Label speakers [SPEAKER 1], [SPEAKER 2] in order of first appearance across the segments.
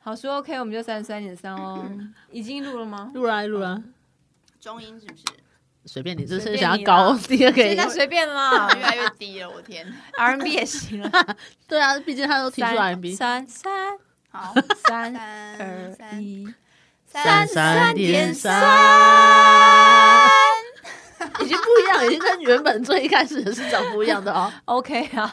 [SPEAKER 1] 好说 OK，我们就三十三点三哦。已经录了吗？
[SPEAKER 2] 录啦录啦，
[SPEAKER 3] 中音是不是？
[SPEAKER 2] 啊 随便你，这
[SPEAKER 1] 随便
[SPEAKER 2] 是想
[SPEAKER 1] 你
[SPEAKER 2] 要高
[SPEAKER 1] 啦
[SPEAKER 2] 低也可
[SPEAKER 1] 现
[SPEAKER 2] 以
[SPEAKER 1] 在。随便啦
[SPEAKER 3] 啊，越来越低了，我天！
[SPEAKER 1] ，R&B 也行 了。
[SPEAKER 2] 对啊，毕竟他都提出
[SPEAKER 1] 三
[SPEAKER 2] R&B。
[SPEAKER 1] 三三
[SPEAKER 3] 好，
[SPEAKER 1] 三
[SPEAKER 3] 三
[SPEAKER 1] 二
[SPEAKER 3] 三
[SPEAKER 1] 一，
[SPEAKER 3] 三
[SPEAKER 2] 三，已经不一样，已经跟原本最一开始的是长不一样的哦。
[SPEAKER 1] OK 啊。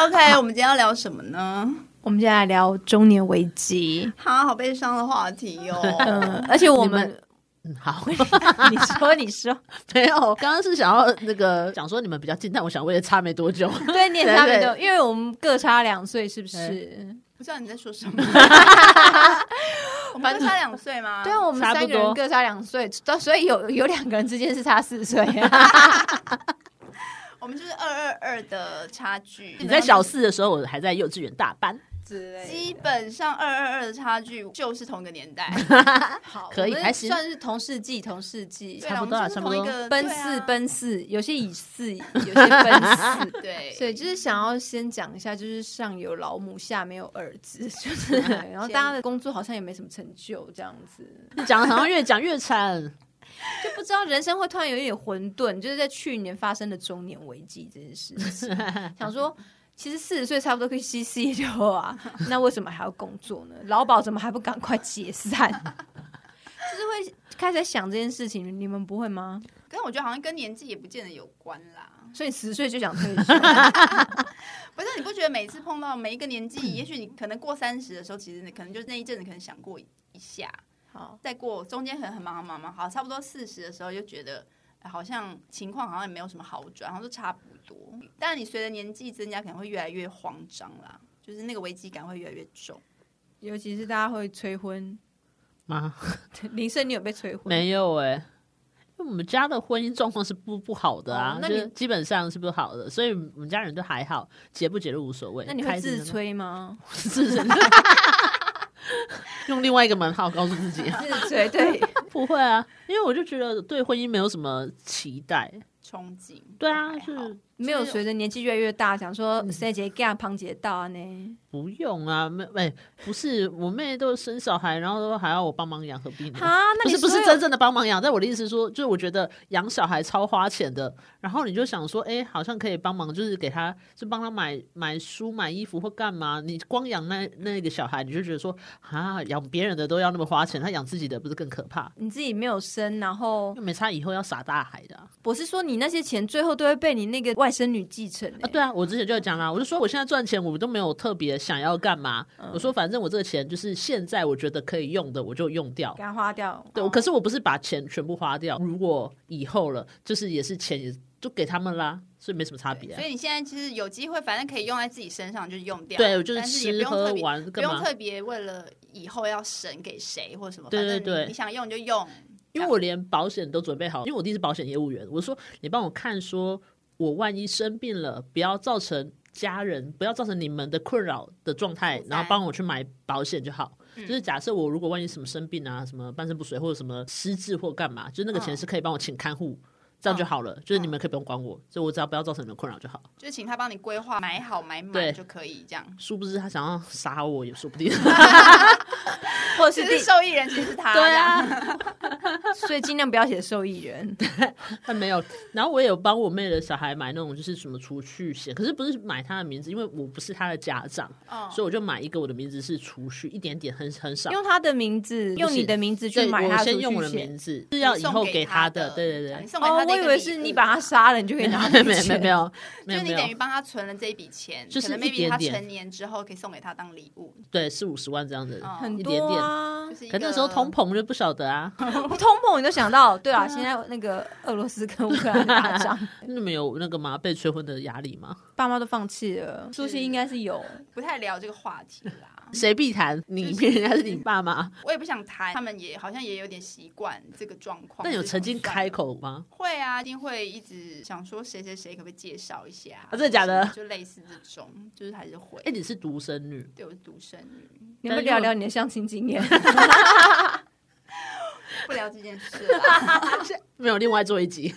[SPEAKER 3] OK，我们今天要聊什么呢？
[SPEAKER 1] 我们接下来聊中年危机。
[SPEAKER 3] 哈，好悲伤的话题
[SPEAKER 1] 嗯
[SPEAKER 3] 哦。，
[SPEAKER 1] 而且我
[SPEAKER 2] 你
[SPEAKER 1] 们，
[SPEAKER 2] 嗯，好，
[SPEAKER 1] 你说，你说，
[SPEAKER 2] 没有，刚刚是想要那个想说你们比较近，但我想我也差没多久。
[SPEAKER 1] 对，啊你也差
[SPEAKER 2] 对
[SPEAKER 1] 没
[SPEAKER 2] 对
[SPEAKER 1] 多，因为我们各差两岁，是不是？
[SPEAKER 3] 不知道你在说什 么。我们都差两岁吗？
[SPEAKER 1] 对啊，我们
[SPEAKER 2] 差不
[SPEAKER 1] 三个人
[SPEAKER 2] 多
[SPEAKER 1] 各差两岁，到所以有有两个人之间是差四 岁。
[SPEAKER 3] 我们就是二二二的差距。
[SPEAKER 2] 你在小四的时候，我还在幼稚园大班，
[SPEAKER 1] 之类的
[SPEAKER 3] 基本上二二二的差距就是同一个年 代，
[SPEAKER 1] 好，
[SPEAKER 2] 可以
[SPEAKER 1] 我们
[SPEAKER 2] 还行
[SPEAKER 1] 算是同世纪，同世纪
[SPEAKER 3] 对，啦
[SPEAKER 2] 差不多啊
[SPEAKER 3] 我们就是
[SPEAKER 2] 差不多
[SPEAKER 3] 同一个
[SPEAKER 1] 奔
[SPEAKER 3] 对啊
[SPEAKER 1] 四奔四，有些以四，有 些奔四。
[SPEAKER 3] 对，
[SPEAKER 1] 所以就是想要先讲一下，就是上有老母，下没有儿子， 就是，然后大家的工作好像也没什么成就，这样子
[SPEAKER 2] 你讲的好像越讲越惨。
[SPEAKER 1] 就不知道人生会突然有一点混沌，就是在去年发生的中年危机这件事情，想说。其实四十岁差不多可以歇歇就好啊， 那为什么还要工作呢？劳保怎么还不赶快解散？ 就是会开始在想这件事情，你们不会吗？
[SPEAKER 3] 但我觉得好像跟年纪也不见得有关啦。
[SPEAKER 1] 所以你十岁就想退 休，
[SPEAKER 3] 不是，你不觉得每次碰到每一个年
[SPEAKER 2] 嗯
[SPEAKER 3] 纪，也许你可能过三十的时候，其实你可能就那一阵子可能想过一下，
[SPEAKER 1] 好，
[SPEAKER 3] 再过中间可能很忙很忙很忙，好，差不多四十的时候就觉得。哎好像情况好像也没有什么好转，好像都差不多。但你随着年纪增加，可能会越来越慌张啦，就是那个危机感会越来越重。
[SPEAKER 1] 尤其是大家会催婚，
[SPEAKER 2] 妈，
[SPEAKER 1] 林生你有被催婚？
[SPEAKER 2] 没有哎、因为我们家的婚姻状况是不不好的啊
[SPEAKER 1] 哦，那
[SPEAKER 2] 那
[SPEAKER 1] 你
[SPEAKER 2] 就是基本上是不好的，所以我们家人都还好，结不结都无所谓。
[SPEAKER 1] 那你会
[SPEAKER 2] 开心
[SPEAKER 1] 自
[SPEAKER 2] 的呢？
[SPEAKER 1] 催 吗？
[SPEAKER 2] 自 吹，用另外一个门号告诉自己，啊
[SPEAKER 1] 自催， 对，
[SPEAKER 2] 不会啊，因为我就觉得对婚姻没有什么期待。
[SPEAKER 3] 憧憬，
[SPEAKER 2] 对啊，
[SPEAKER 3] 还好
[SPEAKER 2] 是
[SPEAKER 1] 没有随着年纪越来越大，想说谁姐干旁姐到啊呢？
[SPEAKER 2] 不用啊，妹，哎、不是，我妹都生小孩，然后都还要我帮忙养，何必呢？
[SPEAKER 1] 啊，那
[SPEAKER 2] 不
[SPEAKER 1] 你
[SPEAKER 2] 是不是
[SPEAKER 1] 所有
[SPEAKER 2] 真正的帮忙养，但我的意思是说，就是我觉得养小孩超花钱的，然后你就想说，哎、好像可以帮忙，就是给他，就帮他买买书、买衣服或干嘛。你光养那那个小孩，你就觉得说，啊，养别人的都要那么花钱，他养自己的不是更可怕？
[SPEAKER 1] 你自己没有生，然后
[SPEAKER 2] 又没差，以后要撒大海的啊、
[SPEAKER 1] 我是说你那些钱最后都会被你那个外甥女继承、欸
[SPEAKER 2] 啊，对啊，我之前就有讲啦，我就说我现在赚钱，我都没有特别想要干嘛。
[SPEAKER 1] 嗯
[SPEAKER 2] 我说反正我这个钱就是现在我觉得可以用的，我就用掉
[SPEAKER 1] 欸给。她花掉。
[SPEAKER 3] 哦
[SPEAKER 2] 对，我可是我不是把钱全部花掉，如果以后了，就是也是钱也就给他们啦，所以没什么差别、啊
[SPEAKER 3] 所。以你现在其实有机会，反正可以用在自己身上，就用掉。
[SPEAKER 2] 对，我就是
[SPEAKER 3] 但是也
[SPEAKER 2] 吃
[SPEAKER 3] 不用特
[SPEAKER 2] 喝
[SPEAKER 3] 别，
[SPEAKER 2] 玩
[SPEAKER 3] 不
[SPEAKER 2] 干
[SPEAKER 3] 用
[SPEAKER 2] 嘛？
[SPEAKER 3] 特别为了以后要省给谁或什么。
[SPEAKER 2] 对
[SPEAKER 3] 反正
[SPEAKER 2] 对对
[SPEAKER 3] 你想用你就用。
[SPEAKER 2] 因为我连保险都准备好，因为我弟是保险业务员，我说你帮我看，说我万一生病了，不要造成家人，不要造成你们的困扰的状态
[SPEAKER 3] 负，担
[SPEAKER 2] 然后帮我去买保险就好。
[SPEAKER 3] 嗯
[SPEAKER 2] 就是假设我如果万一什么生病啊，什么半身不遂或者什么失智或干嘛，就那个钱
[SPEAKER 3] 嗯
[SPEAKER 2] 是可以帮我请看护，这
[SPEAKER 3] 哦
[SPEAKER 2] 样就好了。就是你们可以不用管我，所以我只要不要造成你们困扰就好。
[SPEAKER 3] 就是请他帮你规划，买好买满
[SPEAKER 2] 对
[SPEAKER 3] 就可以这样。
[SPEAKER 2] 殊不知他想要杀我也说 不定。
[SPEAKER 1] 或者
[SPEAKER 3] 其
[SPEAKER 1] 是
[SPEAKER 3] 实
[SPEAKER 1] 第，
[SPEAKER 3] 受益人其实是他，
[SPEAKER 2] 对啊
[SPEAKER 3] 这样，
[SPEAKER 1] 所以尽量不要写受益人。
[SPEAKER 2] 但没有。然后我也有帮我妹的小孩买那种就是什么储蓄险，可是不是买她的名字，因为我不是她的家长，
[SPEAKER 3] 嗯
[SPEAKER 2] 所以我就买一个我的名字是储蓄，一点点很很少。
[SPEAKER 1] 用她的名字，用你的名字去
[SPEAKER 2] 对
[SPEAKER 1] 买
[SPEAKER 2] 我
[SPEAKER 1] 她的
[SPEAKER 2] 先
[SPEAKER 1] 储
[SPEAKER 2] 用我
[SPEAKER 1] 蓄
[SPEAKER 2] 的
[SPEAKER 1] 险。
[SPEAKER 2] 名字，是要以后
[SPEAKER 3] 给
[SPEAKER 2] 她
[SPEAKER 3] 的，啊
[SPEAKER 2] 对
[SPEAKER 3] 你
[SPEAKER 2] 对
[SPEAKER 3] 送给
[SPEAKER 1] 哦
[SPEAKER 3] 他，的
[SPEAKER 1] 我
[SPEAKER 3] 一
[SPEAKER 1] 以
[SPEAKER 3] 个
[SPEAKER 1] 为
[SPEAKER 3] 礼
[SPEAKER 1] 是你
[SPEAKER 3] 物
[SPEAKER 1] 把她杀了，你就可以 拿
[SPEAKER 2] 对，
[SPEAKER 1] 回
[SPEAKER 2] 没没
[SPEAKER 1] 去。
[SPEAKER 2] 没有没
[SPEAKER 3] 就
[SPEAKER 2] 有
[SPEAKER 3] 是
[SPEAKER 2] 没
[SPEAKER 3] 你等于
[SPEAKER 2] 有，
[SPEAKER 3] 帮他存了这一笔钱，
[SPEAKER 2] 就是
[SPEAKER 3] 可能
[SPEAKER 2] 一
[SPEAKER 3] maybe 他
[SPEAKER 2] 点点
[SPEAKER 3] 成年之后可以送给他当礼物，
[SPEAKER 2] 对，四五十万这样子。
[SPEAKER 3] 嗯
[SPEAKER 1] 很
[SPEAKER 2] 一
[SPEAKER 1] 多
[SPEAKER 2] 点点
[SPEAKER 1] 啊
[SPEAKER 3] 就，是一
[SPEAKER 2] 可
[SPEAKER 3] 个
[SPEAKER 2] 那时候通膨就不晓得啊，
[SPEAKER 1] 通膨你都想到，对啊，现在那个俄罗斯跟乌克兰打仗，
[SPEAKER 2] 你们有那个吗？被催婚的压力吗？
[SPEAKER 1] 爸妈都放弃了，苏欣应该是有，
[SPEAKER 3] 不太聊这个话题啦。
[SPEAKER 2] 谁必谈？你骗人家是你
[SPEAKER 3] 嗯
[SPEAKER 2] 爸妈？
[SPEAKER 3] 我也不想谈，他们也好像也有点习惯这个状况。
[SPEAKER 2] 但有
[SPEAKER 3] 就是
[SPEAKER 2] 曾经
[SPEAKER 3] 习惯
[SPEAKER 2] 开
[SPEAKER 3] 了
[SPEAKER 2] 口吗？
[SPEAKER 3] 会啊，一定会一直想说谁谁谁可不可以介绍一下？啊
[SPEAKER 2] 啊真的假的
[SPEAKER 3] 就类似这种，就是还是会。
[SPEAKER 2] 哎，你是独生女，
[SPEAKER 3] 对我是独生女，
[SPEAKER 1] 你们聊聊你的相亲经 验，
[SPEAKER 2] 哦
[SPEAKER 3] 不聊这件事了。
[SPEAKER 2] 没有另外做一集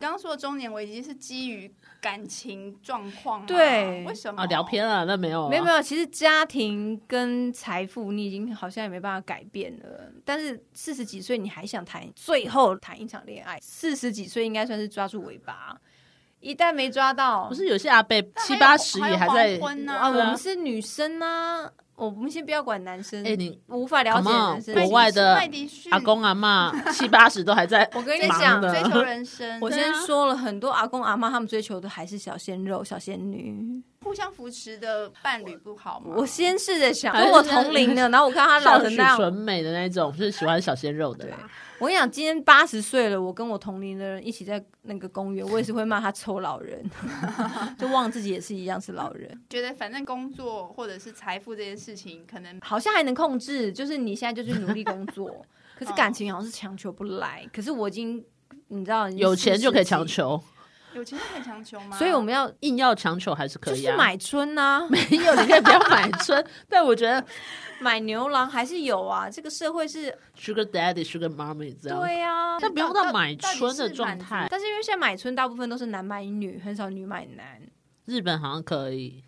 [SPEAKER 3] 刚刚说的中年危机是基于感情状况、啊，
[SPEAKER 1] 对
[SPEAKER 3] 为什么？
[SPEAKER 2] 啊，聊偏了，那没有、啊，
[SPEAKER 1] 没有没有，其实家庭跟财富你已经好像也没办法改变了。但是四十几岁你还想谈最后谈一场恋爱，四十几岁应该算是抓住尾巴，一旦没抓到，
[SPEAKER 2] 不是有些阿贝
[SPEAKER 3] 但还
[SPEAKER 2] 七
[SPEAKER 3] 有
[SPEAKER 2] 八十也
[SPEAKER 3] 还有
[SPEAKER 2] 在
[SPEAKER 3] 黄，昏呢、
[SPEAKER 1] 啊，我
[SPEAKER 2] 对啊
[SPEAKER 1] 们是女生啊，我们先不要管男生，
[SPEAKER 2] 哎你
[SPEAKER 1] 无法了解
[SPEAKER 2] Come on，
[SPEAKER 1] 男生
[SPEAKER 2] 国外的
[SPEAKER 3] 麦迪逊
[SPEAKER 2] 阿公 阿妈七八十都还在
[SPEAKER 1] 我跟你
[SPEAKER 3] 追
[SPEAKER 2] 忙
[SPEAKER 1] 讲
[SPEAKER 2] 的
[SPEAKER 3] 追求人 生，
[SPEAKER 1] 我
[SPEAKER 2] 对
[SPEAKER 1] 先
[SPEAKER 2] 啊
[SPEAKER 1] 说了很多阿公阿妈，他们追求的还是小鲜肉、小仙女。
[SPEAKER 3] 互相扶持的伴侣不好吗？
[SPEAKER 1] 我先试着想，
[SPEAKER 2] 还是
[SPEAKER 1] 如果同龄的，然后我看他老
[SPEAKER 2] 少
[SPEAKER 1] 成
[SPEAKER 2] 许
[SPEAKER 1] 那样，啊
[SPEAKER 2] 纯美的那一种，就是喜欢小鲜肉的啦。
[SPEAKER 1] 我跟你讲，今天八十岁了，我跟我同龄的人一起在那个公园，我也是会骂他臭老人， 就忘自己也是一样是老人，
[SPEAKER 3] 觉得反正工作或者是财富这件事情，可能
[SPEAKER 1] 好像还能控制，就是你现在就去努力工 作，可是感情好像是强求不来，可是我已经。你知道
[SPEAKER 2] 有钱就可以强，
[SPEAKER 1] 已经
[SPEAKER 2] 求，
[SPEAKER 3] 有钱就可以强求
[SPEAKER 1] 40
[SPEAKER 3] 吗？
[SPEAKER 1] 所以我们要
[SPEAKER 2] 硬要强求还是可
[SPEAKER 1] 就
[SPEAKER 2] 以
[SPEAKER 1] 是
[SPEAKER 2] 啊。
[SPEAKER 1] 买春呐、啊，
[SPEAKER 2] 没 有，你可以不要买春。但我觉得
[SPEAKER 1] 买牛郎还是有啊，这个社会是
[SPEAKER 2] sugar daddy sugar mommy 这样，
[SPEAKER 1] 对呀、啊，
[SPEAKER 2] 但不用到买春的状
[SPEAKER 3] 到
[SPEAKER 2] 态。
[SPEAKER 1] 但是因为现在买春大部分都是男买女，很少女买男。
[SPEAKER 2] 日本好像可以，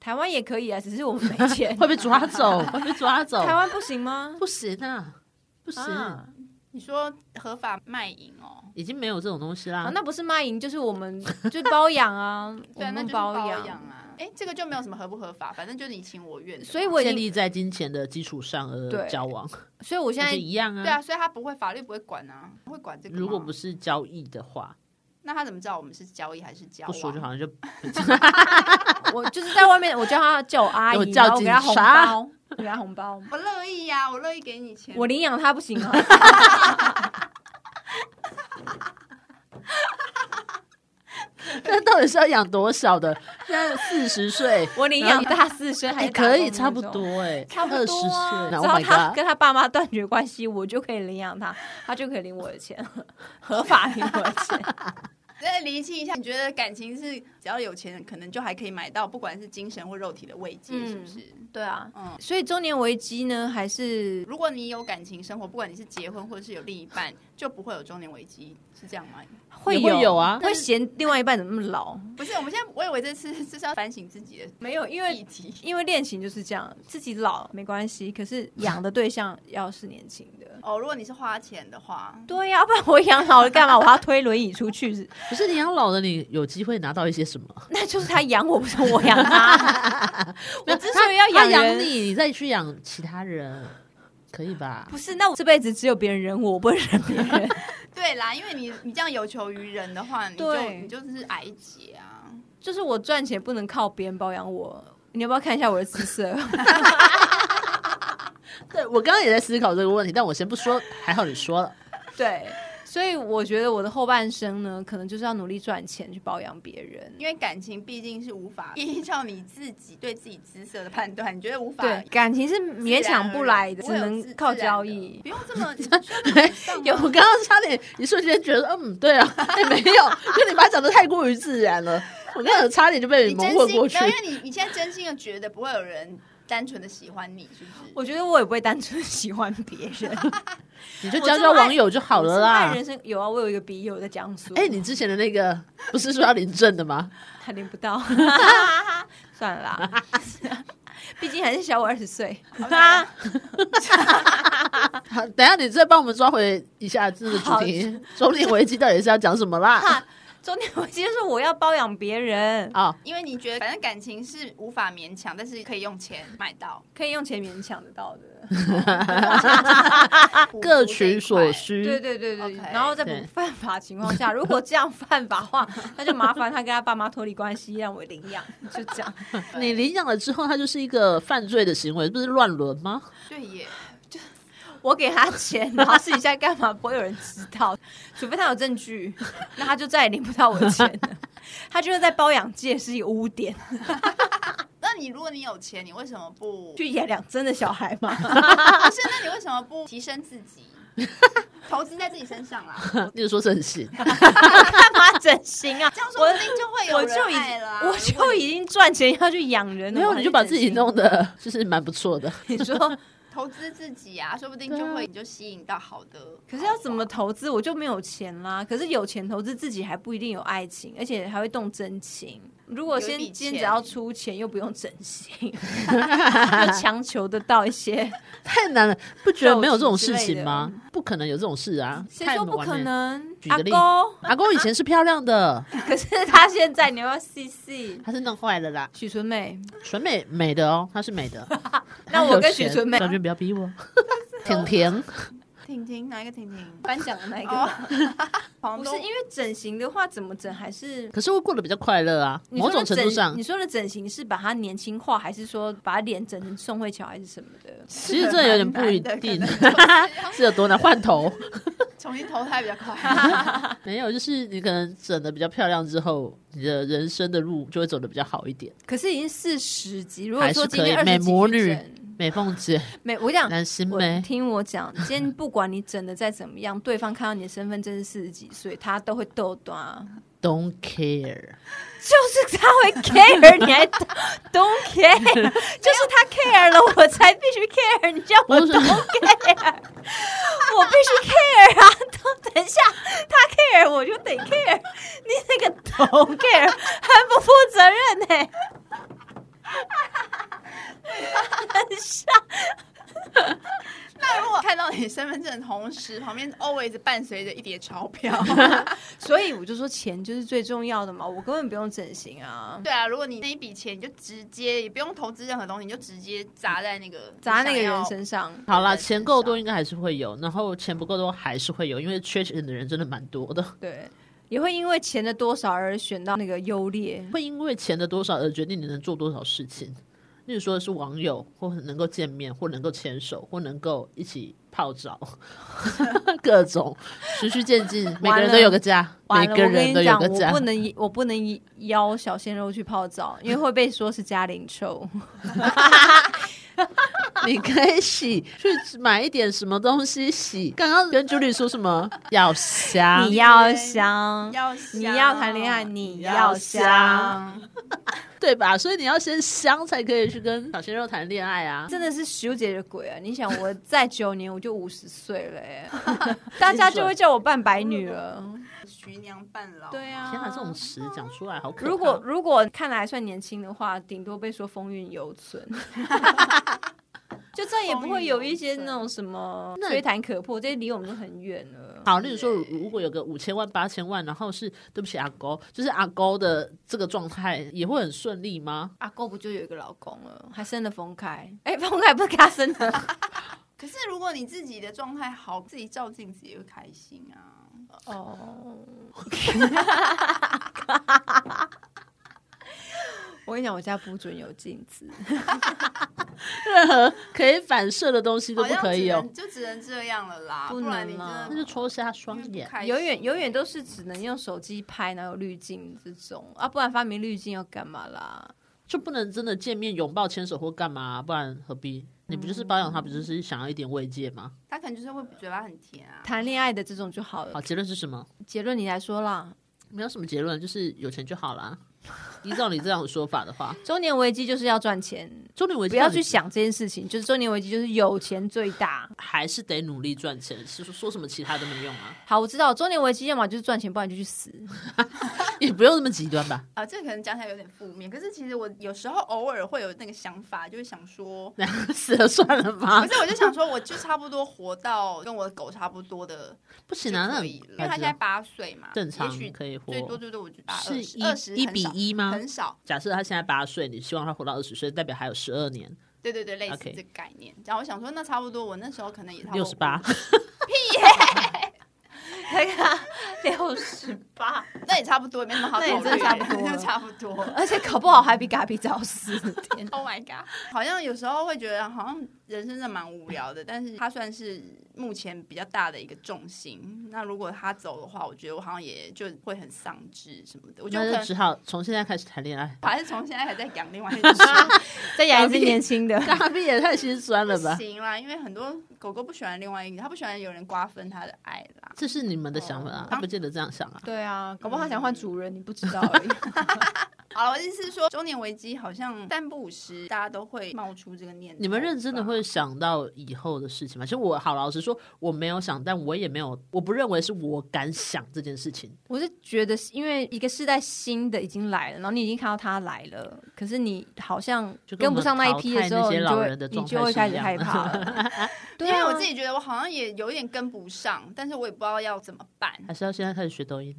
[SPEAKER 1] 台湾也可以啊，只是我们没 钱。
[SPEAKER 2] 会被抓走， 会被抓走。
[SPEAKER 1] 台湾不行吗？
[SPEAKER 2] 不行啊，哦不行，
[SPEAKER 1] 啊
[SPEAKER 3] 你说合法卖淫哦，
[SPEAKER 2] 已经没有这种东西啦。
[SPEAKER 1] 啊，那不是卖淫，就是我们就是包养啊，我
[SPEAKER 3] 对啊，那
[SPEAKER 1] 们
[SPEAKER 3] 就是包养
[SPEAKER 1] 养。
[SPEAKER 3] 啊。哎，这个就没有什么合不合法，反正就是你情我愿的嘛。
[SPEAKER 1] 所以我已
[SPEAKER 2] 建
[SPEAKER 1] 经，
[SPEAKER 2] 立在金钱的基础上而
[SPEAKER 1] 对
[SPEAKER 2] 交往，
[SPEAKER 1] 所以我现
[SPEAKER 2] 那
[SPEAKER 1] 在
[SPEAKER 2] 就一样
[SPEAKER 3] 对啊，。所以他不会，法律不会管啊，会管这个吗。
[SPEAKER 2] 如果不是交易的话，
[SPEAKER 3] 那他怎么知道我们是交易还是交
[SPEAKER 2] 不
[SPEAKER 3] 往？
[SPEAKER 2] 说就好像啊就
[SPEAKER 1] 我就是在外面，我叫他叫我阿
[SPEAKER 2] 我
[SPEAKER 1] 姨，
[SPEAKER 2] 叫
[SPEAKER 1] 然后我给他红
[SPEAKER 2] 警察
[SPEAKER 1] 包，我给他红包。
[SPEAKER 3] 我乐意呀、我乐意给你钱。
[SPEAKER 1] 我领养他不行啊，
[SPEAKER 2] 那到底是要养多少的？现在四十岁，
[SPEAKER 1] 我领养大四生还
[SPEAKER 2] 哎，
[SPEAKER 1] 是打工
[SPEAKER 2] 可
[SPEAKER 1] 那
[SPEAKER 2] 以
[SPEAKER 1] 种
[SPEAKER 2] 差不。多哎，
[SPEAKER 1] 差不
[SPEAKER 2] 二十
[SPEAKER 1] 多啊，
[SPEAKER 2] 岁
[SPEAKER 1] 只
[SPEAKER 2] ，Oh
[SPEAKER 1] 要
[SPEAKER 2] my
[SPEAKER 1] 他
[SPEAKER 2] god！
[SPEAKER 1] 跟他爸妈断绝关系，我就可以领养他，他就可以领我的钱，合法领我的钱。
[SPEAKER 3] 再厘清一下，你觉得感情是只要有钱，可能就还可以买到，不管是精神或肉体的慰藉，
[SPEAKER 1] 嗯
[SPEAKER 3] 是不是？
[SPEAKER 1] 对啊，
[SPEAKER 3] 嗯
[SPEAKER 1] 所以中年危机呢，还是
[SPEAKER 3] 如果你有感情生活，不管你是结婚或者是有另一半，就不会有中年危机，是这样吗？
[SPEAKER 1] 会
[SPEAKER 2] 也会有啊嗯
[SPEAKER 1] 会嫌另外一半怎么那么老？
[SPEAKER 3] 不是，我们现在我以为这次 这是要反省自己的
[SPEAKER 1] 没有，因
[SPEAKER 3] 议题。。
[SPEAKER 1] 因为恋情就是这样，自己老没关系，可是养的对象要是年轻的
[SPEAKER 3] 哦，如果你是花钱的话，
[SPEAKER 1] 对呀、不然我养老了干嘛？我还要推轮椅出去，
[SPEAKER 2] 可是你养老了，你有机会拿到一些什么？
[SPEAKER 1] 那就是他养我，不是我养他。我之所以要
[SPEAKER 2] 他
[SPEAKER 1] 养
[SPEAKER 2] 养
[SPEAKER 1] 人，
[SPEAKER 2] 你，你再去养其他人，可以吧？
[SPEAKER 1] 不是那我这辈子只有别人忍我，我不会忍别人。
[SPEAKER 3] 对啦，因为你你这样有求于人的话，你就
[SPEAKER 1] 对
[SPEAKER 3] 你就是癌姐啊。
[SPEAKER 1] 就是我赚钱不能靠别人包养我。你要不要看一下我的姿 色？
[SPEAKER 2] 对我刚刚也在思考这个问题，但我先不说，还好你说了。
[SPEAKER 1] 对， 所以我觉得我的后半生呢，可能就是要努力赚钱去包养别人。
[SPEAKER 3] 因为感情毕竟是无 法依照你自己对自己姿色的判断，你觉得无法
[SPEAKER 1] 对，感情是勉强不来的，只能靠交易。
[SPEAKER 3] 不用 这么你不需要这么沮丧吗
[SPEAKER 2] 有， 我刚刚差点一瞬间觉得，嗯，对啊， 哎、没有，因为你把它讲的太过于自然了，我刚刚有差点就被
[SPEAKER 3] 你
[SPEAKER 2] 你
[SPEAKER 3] 真
[SPEAKER 2] 蒙
[SPEAKER 3] 心
[SPEAKER 2] 混
[SPEAKER 3] 没有，
[SPEAKER 2] 过去。
[SPEAKER 3] 因为你你现在真心的觉得不会有人单纯的喜欢你，是不是？
[SPEAKER 1] 我觉得我也不会单纯 喜欢别人，
[SPEAKER 2] 你就
[SPEAKER 1] 我
[SPEAKER 2] 交
[SPEAKER 1] 这
[SPEAKER 2] 交
[SPEAKER 1] 么爱
[SPEAKER 2] 网友就好了
[SPEAKER 1] 我这么爱
[SPEAKER 2] 啦
[SPEAKER 1] 人。生有啊，我有一个笔友在江苏，
[SPEAKER 2] 哎、你之前的那个不是说要领证的吗？
[SPEAKER 1] 还领不 到，算了啦， 毕竟还是小我二十岁。
[SPEAKER 2] 好，等一下你再帮我们抓回一下这个主
[SPEAKER 1] 好
[SPEAKER 2] 题，中年危机到底是要讲什么啦？
[SPEAKER 1] 重点我其实是我要包养别人，
[SPEAKER 2] 啊、
[SPEAKER 3] 因为你觉得反正感情是无法勉强，但是可以用钱买到，
[SPEAKER 1] 可以用钱勉强得到的。啊
[SPEAKER 3] 补足
[SPEAKER 2] 各
[SPEAKER 3] 这一
[SPEAKER 2] 取所
[SPEAKER 3] 块。
[SPEAKER 2] 需。
[SPEAKER 1] 对对对对
[SPEAKER 3] OK
[SPEAKER 1] 然后在
[SPEAKER 2] 对
[SPEAKER 1] 不犯法情况 下，如果这样犯法的话，那就麻烦他跟他爸妈脱离关系，让我领 养，就这样。
[SPEAKER 2] 你领养了之后，它就是一个犯罪的行为，不是乱伦吗？
[SPEAKER 3] 对耶，
[SPEAKER 1] 我给他钱，然后私底下干嘛不会有人知道，除非他有证 据，那他就再也领不到我的钱了。他就是在包养界是一个污点，
[SPEAKER 3] 那你如果你有 钱，你为什么不？ 啊
[SPEAKER 1] 去养两真的小孩嘛？
[SPEAKER 3] 不是，那你为什么不提升自己？投资在自己身上啦。
[SPEAKER 2] 你是说是很行？
[SPEAKER 1] 干嘛整形啊？
[SPEAKER 3] 这样说不定就会有
[SPEAKER 1] 我就
[SPEAKER 3] 人
[SPEAKER 1] 已
[SPEAKER 3] 爱啦。
[SPEAKER 1] 我
[SPEAKER 3] 如果
[SPEAKER 1] 就
[SPEAKER 3] 你
[SPEAKER 1] 已经赚钱要去养人了，
[SPEAKER 2] 没有，
[SPEAKER 1] 我还
[SPEAKER 2] 你就把
[SPEAKER 1] 去
[SPEAKER 2] 自
[SPEAKER 1] 整
[SPEAKER 2] 己
[SPEAKER 1] 形
[SPEAKER 2] 弄。的就是蛮不错的。
[SPEAKER 1] 你说，
[SPEAKER 3] 投资自己啊，说不定
[SPEAKER 2] 对啊
[SPEAKER 3] 就会你就吸引到好的。
[SPEAKER 1] 可是要怎么投资？我就没有钱啦。可是有钱投资自己还不一定有爱情，而且还会动真情。如果
[SPEAKER 3] 有一
[SPEAKER 1] 先
[SPEAKER 3] 笔
[SPEAKER 1] 今天只
[SPEAKER 3] 钱
[SPEAKER 1] 要出钱，又不用整 形，就强求得到一些。
[SPEAKER 2] 太难了，不觉得没有这种
[SPEAKER 1] 肉体之
[SPEAKER 2] 事
[SPEAKER 1] 类
[SPEAKER 2] 情
[SPEAKER 1] 的
[SPEAKER 2] 吗？不可能有这种事啊！
[SPEAKER 1] 谁
[SPEAKER 2] 太
[SPEAKER 1] 说不
[SPEAKER 2] 完
[SPEAKER 1] 可
[SPEAKER 2] 美？
[SPEAKER 1] 能？
[SPEAKER 2] 举
[SPEAKER 1] 阿
[SPEAKER 2] 个例
[SPEAKER 1] 公，
[SPEAKER 2] 阿公以前是漂亮的，
[SPEAKER 1] 可是他现在你要不要细细？
[SPEAKER 2] 他是弄坏了啦。
[SPEAKER 1] 许纯美，
[SPEAKER 2] 纯美美的哦，她是美的。
[SPEAKER 1] 那我
[SPEAKER 2] 有
[SPEAKER 1] 跟
[SPEAKER 2] 钱
[SPEAKER 1] 许纯美啊
[SPEAKER 2] 小娟不 要逼我。婷婷，
[SPEAKER 3] 婷婷哪一个婷婷？
[SPEAKER 1] 颁奖的那
[SPEAKER 3] 哦，
[SPEAKER 1] 不
[SPEAKER 3] 房
[SPEAKER 1] 是
[SPEAKER 3] 东
[SPEAKER 1] 因为整形的话，怎么整还是
[SPEAKER 2] 可是会过得比较快乐啊，
[SPEAKER 1] 你
[SPEAKER 2] 某
[SPEAKER 1] 说的
[SPEAKER 2] 种程度
[SPEAKER 1] 整
[SPEAKER 2] 上
[SPEAKER 1] 你，说的整形是把它年轻化，还是说把脸整成宋慧乔，还是什么的？
[SPEAKER 2] 其实这有点不一
[SPEAKER 3] 蛮难的
[SPEAKER 2] 定
[SPEAKER 3] 可能就是 要
[SPEAKER 2] 是有多难换头。
[SPEAKER 3] 重新投胎比较 快。
[SPEAKER 2] 没有，就是你可能整的比较漂亮之后，你的人生的路就会走的比较好一点。
[SPEAKER 1] 可是已经四十级，如果
[SPEAKER 2] 还是
[SPEAKER 1] 说今
[SPEAKER 2] 可以
[SPEAKER 1] 天二
[SPEAKER 2] 美
[SPEAKER 1] 十
[SPEAKER 2] 魔
[SPEAKER 1] 几去
[SPEAKER 2] 女
[SPEAKER 1] 整，
[SPEAKER 2] 美凤姐、
[SPEAKER 1] 美我讲，
[SPEAKER 2] 蓝心
[SPEAKER 1] 我
[SPEAKER 2] 湄，
[SPEAKER 1] 听我讲，今天不管你整的再怎么样，对方看到你的身份证是四十几岁，他都会逗短，
[SPEAKER 2] Don't care，
[SPEAKER 1] 就是他会 care，你还 don't care，就是他 care 了，我才必须 care，你叫我
[SPEAKER 2] 不是
[SPEAKER 1] don't care，我必须 care 啊！等等一下，他 care 我就得 care，你那个 don't care 很不负责任呢、很像，
[SPEAKER 3] 那如果看到你身份证的同 时，旁边 always 伴随着一叠钞票。
[SPEAKER 1] 所以我就说钱就是最重要的嘛，我根本不用整形啊。
[SPEAKER 3] 对啊，如果你那一笔钱，你就直接也不用投资任何东西，你就直接砸在那个
[SPEAKER 1] 砸那个人
[SPEAKER 3] 身。
[SPEAKER 1] 身上，
[SPEAKER 2] 好啦，
[SPEAKER 3] 人身
[SPEAKER 2] 钱够多
[SPEAKER 3] 上
[SPEAKER 2] 应该还是会有，然后钱不够多还是会有，因为缺钱的人真的蛮多的，
[SPEAKER 1] 对，也会因为钱的多少而选到那个优劣。
[SPEAKER 2] 会因为钱的多少而决定你能做多少事情。例如说是网友，或能够见面，或能够牵手，或能够一起泡澡， 各种循序渐进，每个人都有个家，每
[SPEAKER 1] 完了，
[SPEAKER 2] 个
[SPEAKER 1] 我跟
[SPEAKER 2] 人都
[SPEAKER 1] 你
[SPEAKER 2] 有
[SPEAKER 1] 讲，
[SPEAKER 2] 个
[SPEAKER 1] 我
[SPEAKER 2] 家
[SPEAKER 1] 不。能我不能邀小鲜肉去泡澡，因为会被说是家灵 臭。
[SPEAKER 2] 你可以洗，去买一点什么东西洗。刚刚跟 Julie 说 什么？要香
[SPEAKER 1] 你，要香，
[SPEAKER 3] 要嗯
[SPEAKER 1] 你要谈恋爱，你要香，
[SPEAKER 3] 香，
[SPEAKER 2] 对吧？所以你要先香才可以去跟小鲜肉谈恋爱啊。
[SPEAKER 1] 真的是修姐的鬼啊！你想，我再九年我就五十岁了、 欸，大家就会叫我扮白女了。
[SPEAKER 2] 嗯
[SPEAKER 3] 嗯徐娘半老。
[SPEAKER 1] 对啊，
[SPEAKER 2] 天哪，这种词讲出来好可怕。
[SPEAKER 1] 如果如果看来还算年轻的话，顶多被说风韵犹 存。就再也不会有一些那种什么
[SPEAKER 2] 那
[SPEAKER 1] 吹弹可破，这些离我们都很远了。
[SPEAKER 2] 好，例如说，如果有个五千万、八千万，然后是对不起阿勾，就是阿勾的这个状态也会很顺利吗？
[SPEAKER 1] 阿公不就有一个老公了，还生了冯凯？ 哎、冯凯不是给他生的？
[SPEAKER 3] 可是如果你自己的状态好，自己照镜子也会开心 啊。
[SPEAKER 1] 哦。我跟你讲，我家不准有镜子，
[SPEAKER 2] 任何可以反射的东西都
[SPEAKER 3] 好
[SPEAKER 2] 不
[SPEAKER 3] 像
[SPEAKER 2] 可以
[SPEAKER 3] 只
[SPEAKER 2] 哦
[SPEAKER 3] 能，就只能这样了啦，
[SPEAKER 1] 不
[SPEAKER 3] 不
[SPEAKER 1] 能
[SPEAKER 3] 然你真
[SPEAKER 1] 啦
[SPEAKER 3] 的
[SPEAKER 2] 那就戳瞎双
[SPEAKER 3] 因为
[SPEAKER 2] 眼
[SPEAKER 3] 不。开心
[SPEAKER 1] 永远永远都是只能用手机拍，哪有滤镜这种啊？不然发明滤镜要干嘛啦？
[SPEAKER 2] 就不能真的见面拥抱、牵手或干嘛、不然何必？你不就是包养他，不就是想要一点慰藉吗？
[SPEAKER 3] 他可能就是会嘴巴很甜啊。
[SPEAKER 1] 谈恋爱的这种就好
[SPEAKER 3] 嗯
[SPEAKER 1] 了
[SPEAKER 2] 好，。结论是什么？
[SPEAKER 1] 结论你来说啦。
[SPEAKER 2] 没有什么结论，就是有钱就好啦。依照你这样的说法的 话，
[SPEAKER 1] 中年危机就是要赚钱，
[SPEAKER 2] 中年危机
[SPEAKER 1] 不要
[SPEAKER 2] 让
[SPEAKER 1] 去
[SPEAKER 2] 你
[SPEAKER 1] 想这件事情。就是中年危机就是有钱最大。
[SPEAKER 2] 还是得努力赚钱，是说说什么其他都没用啊，
[SPEAKER 1] 好，我知道中年危机要么就是赚钱，不然就去死。
[SPEAKER 2] 也不用那么极端吧？
[SPEAKER 3] 啊，这个可能讲起来有点负面，可是其实我有时候偶尔会有那个想法，就是想说，
[SPEAKER 2] 死了算了吧
[SPEAKER 3] 不。是，我就想说，我就差不多活到跟我的狗差不 多的
[SPEAKER 2] 不
[SPEAKER 3] 就
[SPEAKER 2] 行啊，那
[SPEAKER 3] 可
[SPEAKER 2] 很
[SPEAKER 3] 以了，因为它现在八岁嘛，
[SPEAKER 2] 正常
[SPEAKER 3] 也许
[SPEAKER 2] 可以活
[SPEAKER 3] 最多最多我就把
[SPEAKER 2] 是
[SPEAKER 3] 二十
[SPEAKER 2] 一一比一吗？
[SPEAKER 3] 很少，
[SPEAKER 2] 假设他现在八岁，你希望他活到二十岁，代表还有十二年，
[SPEAKER 3] 对对对，类似
[SPEAKER 2] OK
[SPEAKER 3] 这个概念。然后我想说，那差不多，我那时候可能也差不多
[SPEAKER 2] 六十八，
[SPEAKER 1] 那个六十八，
[SPEAKER 3] 那也差不多，没什 么好考虑，
[SPEAKER 1] 那也真的差不 多
[SPEAKER 3] 就差不多。
[SPEAKER 1] 而且搞不好还比嘎比早 死。天
[SPEAKER 3] Oh my god！好 像有时候会觉得，好像人生真的蛮无聊的，但是它算是目前比较大的一个重心。那如果他走的话，我觉得我好像也就会很丧志什么的。我就 可
[SPEAKER 2] 那就
[SPEAKER 3] 能
[SPEAKER 2] 只好从现在开始谈恋爱。
[SPEAKER 3] 还是从现在还在养另外一只，
[SPEAKER 1] 再养一只年轻 的。
[SPEAKER 2] 大便也太心酸了吧
[SPEAKER 3] 不？行啦，因为很多狗狗不喜欢另外一个，它不喜欢有人瓜分它的爱啦。
[SPEAKER 2] 这是你们的想法啊
[SPEAKER 3] 哦，
[SPEAKER 2] 他不见得这样想啊。
[SPEAKER 1] 对啊，搞不好他想换主人，你不知道而已。
[SPEAKER 3] 好了，我的意思是说，中年危机好像但不五时大家都会冒出这个念头。
[SPEAKER 2] 你们认真的会？想到以后的事情吗？其实我好老实说，我没有想，但我也没有，我不认为是我敢想这件事情。
[SPEAKER 1] 我是觉得，因为一个世代新的已经来了，然后你已经看到它来了，可是你好像
[SPEAKER 2] 就跟
[SPEAKER 1] 跟不上那一批的时候，
[SPEAKER 2] 我
[SPEAKER 1] 你就
[SPEAKER 2] 们淘汰那些老
[SPEAKER 1] 会
[SPEAKER 2] 人的
[SPEAKER 1] 你
[SPEAKER 2] 状态
[SPEAKER 1] 就会开
[SPEAKER 2] 是
[SPEAKER 1] 始
[SPEAKER 2] 一样
[SPEAKER 1] 害怕 了。对
[SPEAKER 3] 因
[SPEAKER 1] 啊，
[SPEAKER 3] 为我自己觉得我好像也有一点跟不上，但是我也不知道要怎么办。
[SPEAKER 2] 还是要现在开始学抖音？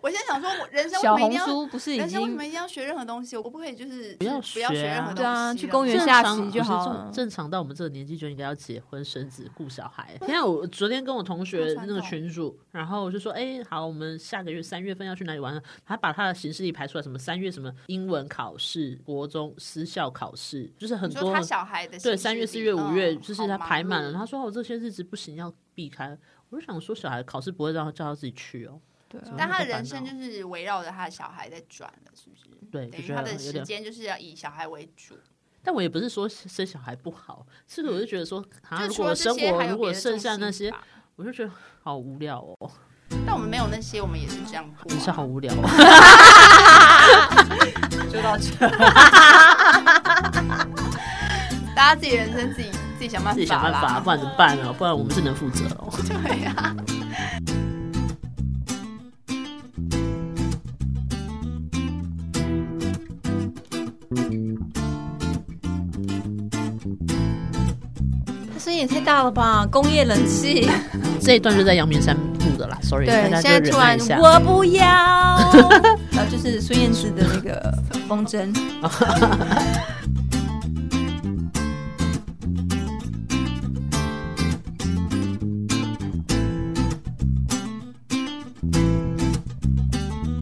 [SPEAKER 3] 我现在想说，我人生
[SPEAKER 1] 小
[SPEAKER 3] 为什么一
[SPEAKER 1] 红
[SPEAKER 3] 定要？
[SPEAKER 1] 书不是已
[SPEAKER 3] 人生为什
[SPEAKER 1] 经
[SPEAKER 3] 么一定要学任何东西？我不可以就是
[SPEAKER 2] 不要
[SPEAKER 3] 就是不要
[SPEAKER 2] 学
[SPEAKER 3] 学
[SPEAKER 2] 啊
[SPEAKER 3] 任何东西了吗。
[SPEAKER 1] 对啊去公园
[SPEAKER 2] 正
[SPEAKER 1] 下
[SPEAKER 2] 常
[SPEAKER 1] 棋就
[SPEAKER 2] 不是
[SPEAKER 1] 好
[SPEAKER 2] 这种
[SPEAKER 1] 了
[SPEAKER 2] 正常到我们这个年纪就应该要结婚生子顾小孩。现在哎我昨天跟我同学那个群主，然后我就说，哎、好，我们下个月三月份要去哪里玩？他把他的行事历排出来，什么三月什么英文考试、国中私校考试，就是很
[SPEAKER 3] 你
[SPEAKER 2] 多
[SPEAKER 3] 说他小孩的
[SPEAKER 2] 对
[SPEAKER 3] 行事
[SPEAKER 2] 三月、
[SPEAKER 3] 历
[SPEAKER 2] 四月、五月，
[SPEAKER 3] 嗯
[SPEAKER 2] 就是
[SPEAKER 3] 好
[SPEAKER 2] 他
[SPEAKER 3] 忙
[SPEAKER 2] 排满
[SPEAKER 3] 碌
[SPEAKER 2] 了。他说，我、这些日子不行，要避开。我就想说，小孩考试不会让他叫他自己去哦。
[SPEAKER 1] 对啊
[SPEAKER 2] 怎么
[SPEAKER 3] 但他的
[SPEAKER 2] 那么
[SPEAKER 3] 人
[SPEAKER 2] 烦
[SPEAKER 3] 生
[SPEAKER 2] 恼
[SPEAKER 3] 就是围绕着他的小孩在转了，是不是？
[SPEAKER 2] 对
[SPEAKER 3] 等于
[SPEAKER 2] 就觉
[SPEAKER 3] 他
[SPEAKER 2] 得
[SPEAKER 3] 的
[SPEAKER 2] 有
[SPEAKER 3] 时
[SPEAKER 2] 点
[SPEAKER 3] 间就是要以小孩为主。
[SPEAKER 2] 但我也不是说生小孩不好，是我就觉得说，啊，
[SPEAKER 3] 就
[SPEAKER 2] 如
[SPEAKER 3] 除
[SPEAKER 2] 果
[SPEAKER 3] 了
[SPEAKER 2] 我
[SPEAKER 3] 这
[SPEAKER 2] 生
[SPEAKER 3] 些，还
[SPEAKER 2] 活
[SPEAKER 3] 有
[SPEAKER 2] 如果
[SPEAKER 3] 别的重
[SPEAKER 2] 剩下那
[SPEAKER 3] 心
[SPEAKER 2] 些，
[SPEAKER 3] 吧
[SPEAKER 2] 我就觉得好无聊哦，
[SPEAKER 3] 但我们没有那些，我们也是这样过、
[SPEAKER 2] 也是好
[SPEAKER 3] 啊。
[SPEAKER 2] 无聊哦。
[SPEAKER 3] 就到这，大家自己人生自己自己想办
[SPEAKER 2] 自己想
[SPEAKER 3] 法
[SPEAKER 2] 办
[SPEAKER 3] 啦。
[SPEAKER 2] 法，不然怎么办呢？不然我们是能负责哦。
[SPEAKER 3] 对啊呀、
[SPEAKER 1] 它声音也太大了吧？工业冷 气，
[SPEAKER 2] 这一段就在阳明山录的啦，sorry，
[SPEAKER 1] 对，
[SPEAKER 2] 大
[SPEAKER 1] 现
[SPEAKER 2] 家
[SPEAKER 1] 在
[SPEAKER 2] 就忍
[SPEAKER 1] 突
[SPEAKER 2] 耐
[SPEAKER 1] 然
[SPEAKER 2] 一下。
[SPEAKER 1] 我不 要，啊然后就是孙燕姿的那个风筝。